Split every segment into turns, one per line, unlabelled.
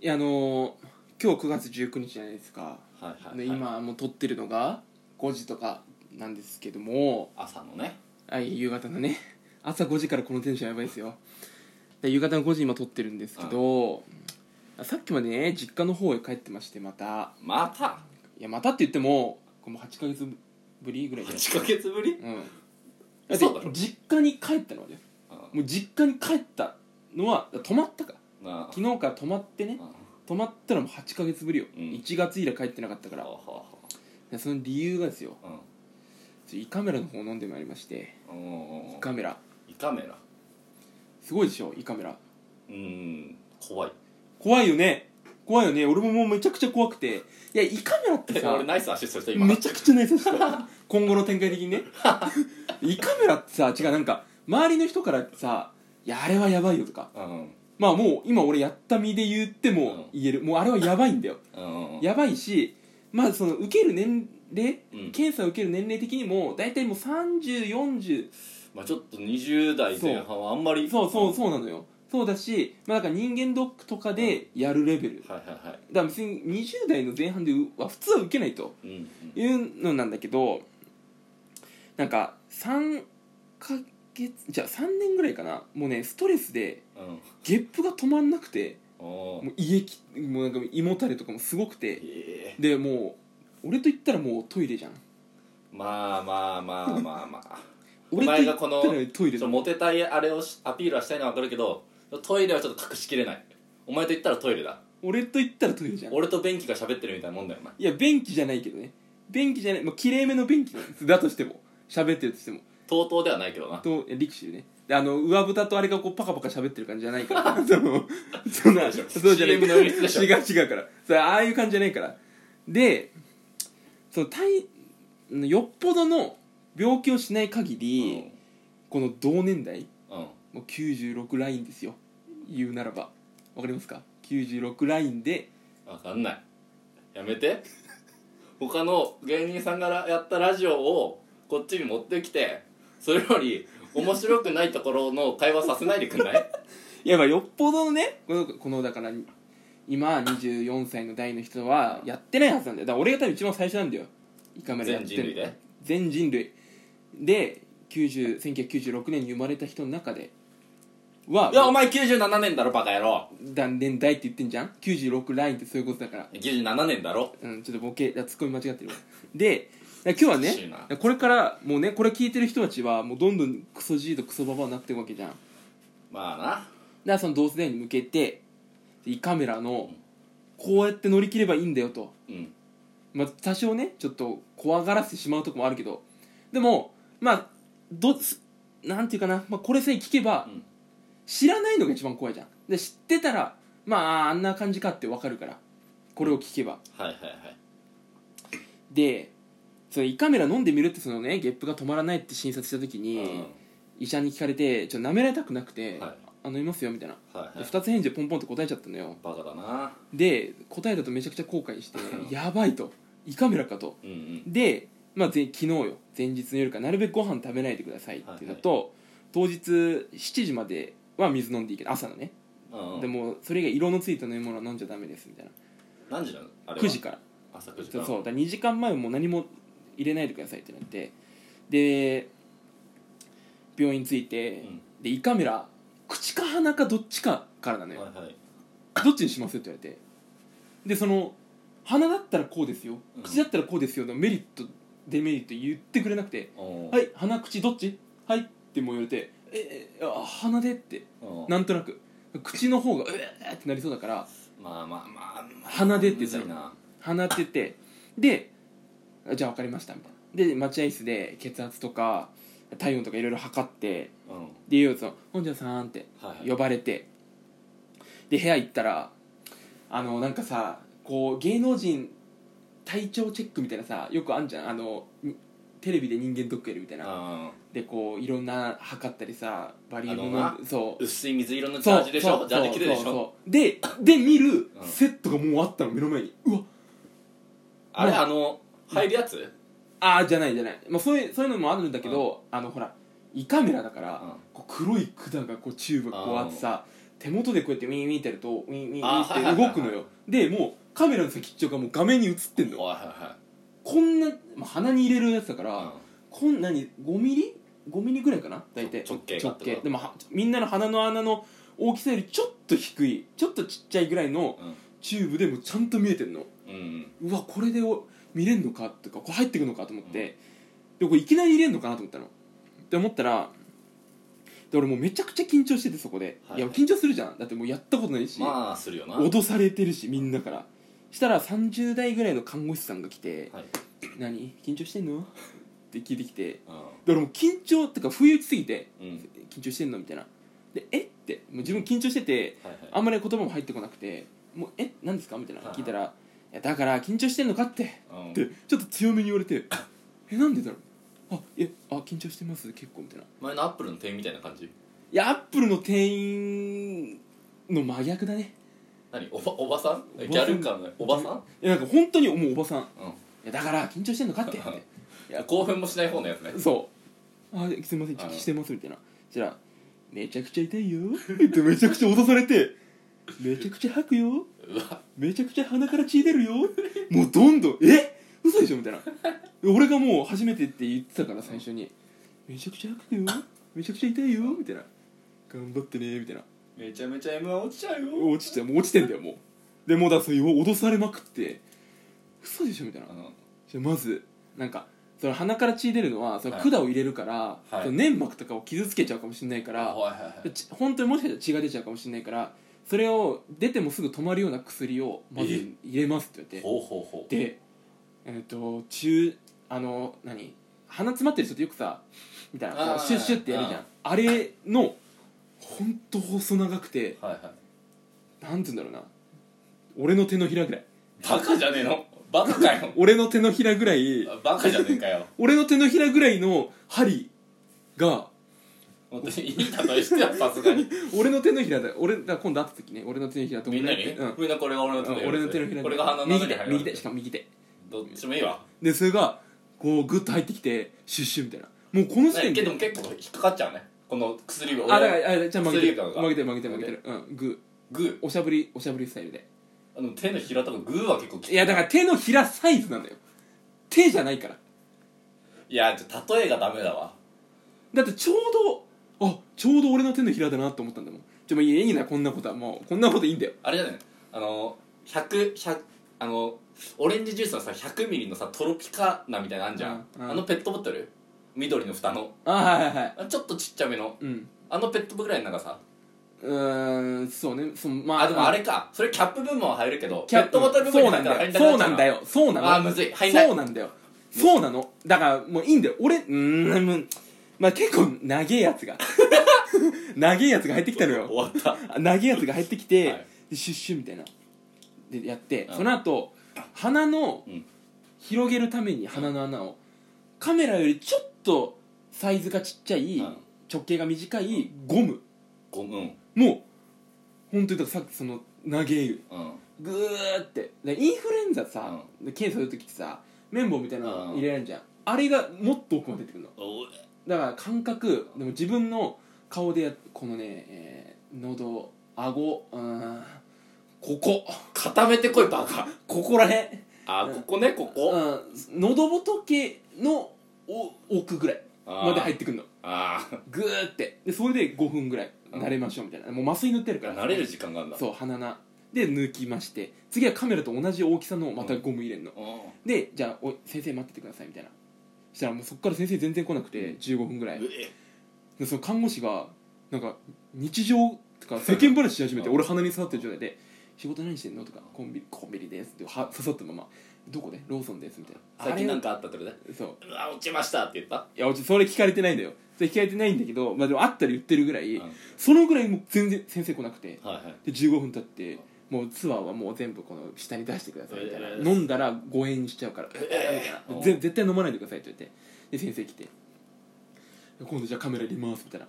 いやあのー今日9月19日じゃないですか、
はいはい、は
で
い、
今もう撮ってるのが5時とかなんですけども
朝のね
はい夕方のね 朝5時からこのテンションやばいですよで夕方の5時今撮ってるんですけど、さっきまでね実家の方へ帰ってましてまた
また
いやまたって言ってもこれもう8ヶ月ぶりぐらいじゃないです
8ヶ月ぶり、
かうんだ
そうだ
って
ろ
実家に帰ったのはね
う
もう実家に帰ったのは泊まったか
ん、なあ
昨日から泊まってね
うん
泊まったらもう8ヶ月ぶりよ、
うん
1月以来帰ってなかったから
ほうほ
でその理由がですよ
うほ
ちょ胃カメラの方を飲んでまいりまして
ううんうんうん
胃カメラ
胃カメラ
すごいでしょ胃カメラ
うん怖い
怖いよね怖いよね俺ももうめちゃくちゃ怖くていや胃カメラって
え
さ
俺ナイスアシストした今
めちゃくちゃ内緒してた 今後の展開的にね 胃カメラってさ違うなんか周りの人からさ「いやあれはやばいよ」とか
うん
まあもう今俺やった身で言っても言える、もうあれはやばいんだよ
うん
やばいしまあその受ける年齢、
うん
検査を受ける年齢的にも大体もう3040
まあちょっと20代前半はあんまり
そうそう
う
そうなのよそうだし、まあ、だから人間ドックとかでやるレベルだか
はいはいはい
ら別に20代の前半では普通は受けないと
うんうん
いうのなんだけどなんか3ヶ月じゃあ3年ぐらいかなもうねストレスで
うん
ゲップが止まんなくて
お
も
ー
う胃液もうなんか胃もたれとかもすごくて
ええ
でもう俺と言ったらもうトイレじゃん
まあまあまあまあま あ
俺と
お前
言っ
が
た
こ
ら
の
トイ
ちょ
レ
っとモテたいあれをしアピールはしたいのは分かるけどトイレはちょっと隠しきれないお前と言ったらトイレだ
俺と言ったらトイレじゃんい
俺と便器が喋ってるみたいなもんだよお前
や便器じゃないけどね便器じゃない、まあ、きれいめの便器なんですだとしても喋ってるとしても
とうとうではないけどな
とえ力士でねであの上蓋とあれがこうパカパカ喋ってる感じじゃないから そのそんな
そうでしょ
そうじゃない
CM の演出でしょ
違う違うからそれああいう感じじゃないからでその体よっぽどの病気をしない限り、この同年代
うん、うん
もう96ラインですよ言うならばわかりますか96ラインで
分かんないやめて 他の芸人さんがやったラジオをこっちに持ってきてそれより面白くないところの会話させないでくんない
いやまあよっぽどのねこのこのだから今24歳の代の人はやってないはずなんだよだから俺が多分一番最初なんだよ胃カメラやっ
全
て
人
る
類で
全人類で90 1996年に生まれた人の中で はい
やお前97年だろバカ野郎
断年代って言ってんじゃん96ラインってそういうことだから
97年だろ
うん、ちょっとボケあツッコミ間違ってるわで今日は
おかしい
ね
な
これからもうねこれ聞いてる人たちはもうどんどんクソじいとクソババアになっていくわけじゃんだか
まあな
らその同世代に向けて胃カメラのこうやって乗り切ればいいんだよと、
うん
まあ、多少ねちょっと怖がらせてしまうとこもあるけどでもまあどすなんていうかな、まあ、これさえ聞けば
うん
知らないのが一番怖いじゃんで知ってたらまああんな感じかってわかるからこれを聞けば
はいはいはい
でその胃カメラ飲んでみるってそのねゲップが止まらないって診察した時に、医者に聞かれてちょっと舐められたくなくて、
うんはい
あ飲みますよみたいな、
はい
で
はい
二つ返事でポンポンと答えちゃったのよ
バカだな
で答えだとめちゃくちゃ後悔してやばいと胃カメラかと
うんうん
で、まあ、ぜ昨日よ前日の夜からなるべくご飯食べないでくださいっていうのと、当日7時までは水飲んでいいけど朝のね、
うんうん
でもそれ以外色のついた飲み物は飲んじゃダメですみたいな
何時なのあれは
9時から
朝9
そ
時か
う
ら
そうだ2時間前はもう何も入れないでくださいってなってで病院着いて、
うん
で胃カメラ口か鼻かどっちかからなのよ、
はいはい
どっちにしますって言われてでその鼻だったらこうですよ
うん
口だったらこうですよのメリットデメリット言ってくれなくて「
おー
はい鼻口どっち?」はいってもう言われて「ええあ鼻で」って
うん
なんとなく口の方が「うえー」ってなりそうだから
まあまあまあまあ
鼻でって言
む
った
ず
の
いな
放っててであじゃあ分かりましたみたいなで待合室で血圧とか体温とかいろいろ測って
うん
でいよいよその「本庄さん」って
はいはい
呼ばれてで部屋行ったらあのなんかさこう芸能人体調チェックみたいなさよくあんじゃんあのにテレビで人間ドックやるみたいな
あ
でこういろんな測ったりさバリウム
あのな
のそう
ー薄い水色のジ
そ
ャ
う
ージでし
そ
ょ
う
ジャージ着てるでし
そう
ょ
そうでで見る
うん
セットがもうあったの目の前にうわ
あれ
まあ
あの入るやつ
ああじゃないじゃない、まあ、そういうそういうのもあるんだけど、あのほら胃カメラだから、
うん
こう黒い管がこうチューブがこうあってさ手元でこうやってウィンウィンってやるとウィンウィンウ
あ
ィン
は
って
いはい
動
はい
くのよでもうカメラの先っちょがもう画面に映ってんの
はいは
こんな、まあ、鼻に入れるやつだか
い
ら、
はい
こんなに5ミリ5ミリぐらいかな大体
直径が
直径でもはみんなの鼻の穴の大きさよりちょっと低いちょっとちっちゃいぐらいの
うん
チューブでもちゃんと見えてんの
うんうん
うわこれでお見れんのかとかこれ入ってくのかと思って、でこれいきなり入れんのかなと思ったのって思ったらで俺もうめちゃくちゃ緊張しててそこで、
はい
いや緊張するじゃんだってもうやったことないし、
まあするよなはい
脅されてるしみんなからしたら30代ぐらいの看護師さんが来て「何緊張してんの?」って聞いてきてで俺もう緊張ってか不意打ちすぎて
うんうん
「緊張してんの?」みたいな「でえっ?」てもう自分緊張してて
はいはい
あんまり言葉も入ってこなくて「もうえ何ですか?」みたいな
はい
聞いたら「いやだから緊張してんのか?」って
うん
ってちょっと強めに言われて「えなんでだろうあえあ緊張してます結構」みたいな「い
前のアップルの店員みたいな感じ
やアップルの店員の真逆だね
何おばおばさん
おばさん
ギャル感がおばさん
いやなんか本当にもうおばさんい
う
やだから緊張してんのかっていや
ん興奮もしない方のやつね
そうあすいません
あ
聞きしてますみたいなそしたら「めちゃくちゃ痛いよ」ってめちゃくちゃ脅されて「めちゃくちゃ吐くよ」
うわ
めちゃくちゃ鼻から血出るよ もうどんどんえ嘘でしょみ たいな俺がもう初めてって言ってたから最初にめちゃくちゃ吐くよめちゃくちゃ痛いよみたいな頑張ってねみたいな
めちゃめちゃ M1 落ちちゃうよ
落ちてもう落ちてんだよもうでもうだそういう脅されまくって嘘でしょみたいな
うん
じゃあまずなんかその鼻から血出るのはその管を入れるから、
はい
その粘膜とかを傷つけちゃうかもしれないから、
はいはいはい
ち本当にもしかしたら血が出ちゃうかもしれないからそれを出てもすぐ止まるような薬をまず入れますって言われて
ほうほうほう
でえっ、と中あの何鼻詰まってる人ってよくさみたいなこ
あー
うシュッシュッってやるじゃんあれのほんと細長くて
はいはい
なんて言うんだろうな俺の手のひらぐらい
バカじゃねえのバカかよ
俺の手のひらぐらい
バカじゃねえかよ
俺の手のひらぐらいの針が
本当にいい例えしてやさすがに
俺の手のひらだ俺だから今度会った時ね俺の手のひらと
みんなに、
うん
みんなこれが俺の手の
うん俺の手のひら
これが鼻の
右
中に
手
入る
右手しかも右手
どっちもいいわ
でそれがこうグッと入ってきてシュッシュみたいなもうこの時
ね
点
け
で
ども結構引っかかっちゃうねこの薬が
あだ
俺
からあじゃあ負けて
薬
る
感が
負けてる負けてる負けてるうんグ
グ
ーおしゃぶりおしゃぶりスタイルで
ーあの手のひらとかグーは結構きつ
いやだから手のひらサイズなんだよ手じゃないから
いやちょ例えがダメだわ
だってちょうどあちょうど俺の手のひらだなと思ったんだもんちょもういいいいなこんなことはもうこんなこといいんだよ
あれじゃないあの100 100あのオレンジジュースのさ100ミリのさトロピカナみたいなのあんじゃん、
うんうん
あのペットボトル緑の蓋の
あはいはいはい
あちょっとちっちゃめの
うん
あのペットボトルぐらいの長さ
うーんそうねそのまあ
あでもあれかそれキャップ部門は入るけど
キ
ペ
ャ
ットボトル部門
そう
に
な
入
ん
った
だ
ら入
よ
んなく
そうなん
なっちゃ
だよそうなの
あーむずい入んない
そうなんだよそうなのだからもういいんだよ俺うーんもうまあ結構長えやつが 長えやつが入ってきたのよ
終わった
あ長えやつが入ってきて、
はい
でシュッシュみたいなでやって、
うん
その後鼻の
うん
広げるために鼻の穴をカメラよりちょっとサイズがちっちゃい、
うん
直径が短いゴム
ごめん
もう本当にだからさっきその長え
うん
グーってでインフルエンザさ、で検査する時ってさ綿棒みたいなの入れられるじゃん、あれがもっと奥まで出てくるの
おい
だから感覚でも自分の顔でやこのね、えー喉顎うーんここ
固めてこいバカ
ここら辺
あ
うん
ここねここ
うん喉仏のお奥ぐらいまで入ってくるの
あー
グーってでそれで5分ぐらい
うん
慣れましょうみたいなもう麻酔塗ってるから
慣れる時間があるんだ
そう鼻なで抜きまして次はカメラと同じ大きさのまたゴム入れんの、
うん
でじゃあおい先生待っててくださいみたいなしたらもうそっから先生全然来なくて15分ぐらいう
え
でその看護師がなんか日常とか世間話し始めて
うん
俺鼻に刺さってる状態で「仕事何してんの?」とか「コンビコンビニです」っては刺さったまま「どこでローソンです」みたいな
最近なん
か
かあったってことね
そう
うわ落ちましたって言った
いやうちそれ聞かれてないんだよそれ聞かれてないんだけどまあでもあったら言ってるぐらい、
うん
そのぐらいもう全然先生来なくて
はいはい
で15分経ってもうツアーはもう全部この下に出してくださいみたいな、
えー
飲んだら誤飲しちゃうから
ええ
ぜ絶対飲まないでくださいって言ってで先生来て今度じゃあカメラ入れますみたいな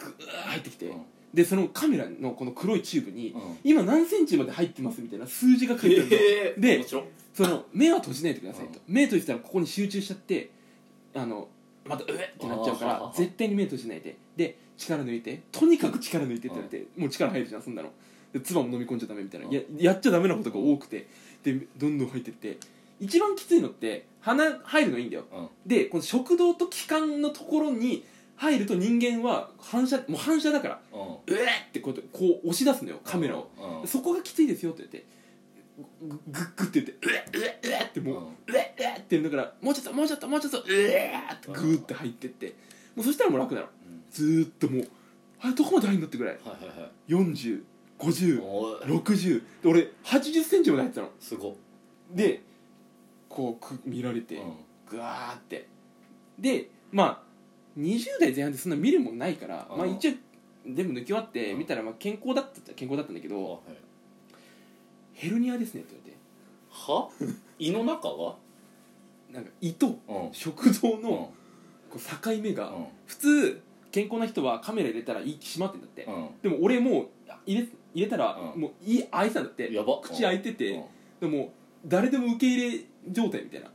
グー入ってきて、
うん
でそのカメラのこの黒いチューブに、
うん
今何センチまで入ってますみたいな数字が書いてあるの、
ええ
で
面白い
その目は閉じないでくださいと、目閉じたらここに集中しちゃってあのまた「うえ!」ってなっちゃうか
あーはは
ら
は
絶対に目閉じないでで力抜いてとにかく力抜いてって言われてもう力入るじゃんそんなので唾も飲み込んじゃダメみたいな
うん
ややっちゃダメなことが多くてでどんどん入ってって一番きついのって鼻入るのいいんだよ
うん
でこの食道と気管のところに入ると人間は反射もう反射だから
うん
「うえ!」ってこうやってこう押し出すのよカメラを、
うんうん
そこがきついですよって言ってググッグッって言って「うえうえうえ!」ってもううえうえって言うんだからもうちょっともうちょっともうちょっとうえーってグーって入ってってもうそしたらもう楽なの
うん
ずーっともうあれどこまで入るんだってぐらい
はいはいはい
405060
おい
で俺8 0ンチまで入ってたの
すごっ
でこうく見られて
うん
グワーってでまあ20代前半でそんな見るもんないから
うん
まあ一応全部抜き終わって
うん
見たらまあ健康だったっちゃ健康だったんだけ
あ
ど
はい
ヘルニアですねって言われて
は胃の中は
なんか胃と
うん
食道
うん
のこう境目が
うん
普通健康な人はカメラ入れたら胃閉まってんだって、
うん
でも俺もう入れ入れたら
うん
もう胃開いてたんだって、
やば
口開いて
う
て
ん、
でも誰でも受け入れ状態みたいな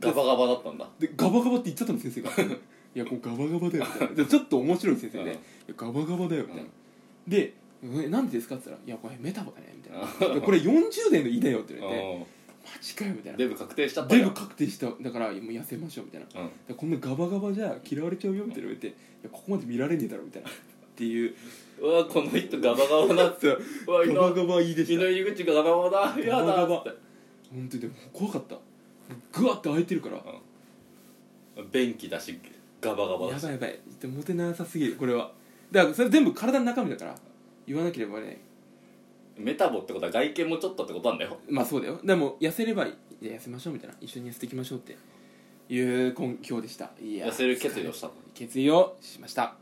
ガバガバだったんだ
でガバガバって言っちゃったの先生が いやこうガバガバだよみたいなでちょっと面白い先生で、いやガバガバだよみたいな、でえなんでですかって言ったら「いやこれメタボだね」みたいな「でこれ40代の胃だよ」って言われて
う
「マジかよ」みたい
ん
な
デブ確定しちゃった
デ
じゃん
ブ確定しただからもう痩せましょうみたいな
うん
だからこんなガバガバじゃ嫌われちゃうよみたいな言われて「いやここまで見られねえだろ」みたいなって いう
うわこの人ガバガ バだって
そう
うわ胃
ガバ
の
ガバいいで
胃
し
の
た
入り口がガバガバだやだ
ガバガ
っ
バ
て
本当にでも怖かったグワッて開いてるからや
便器だしガバガバだし
ばいやばいでモテなさすぎるこれはだからそれ全部体の中身だから言わなければバレない
メタボってことは外見もちょっとってことなんだよ
まあそうだよでも痩せればいいいや痩せましょうみたいな一緒に痩せていきましょうっていう今日でしたいや
痩せる決意をした
決意をしました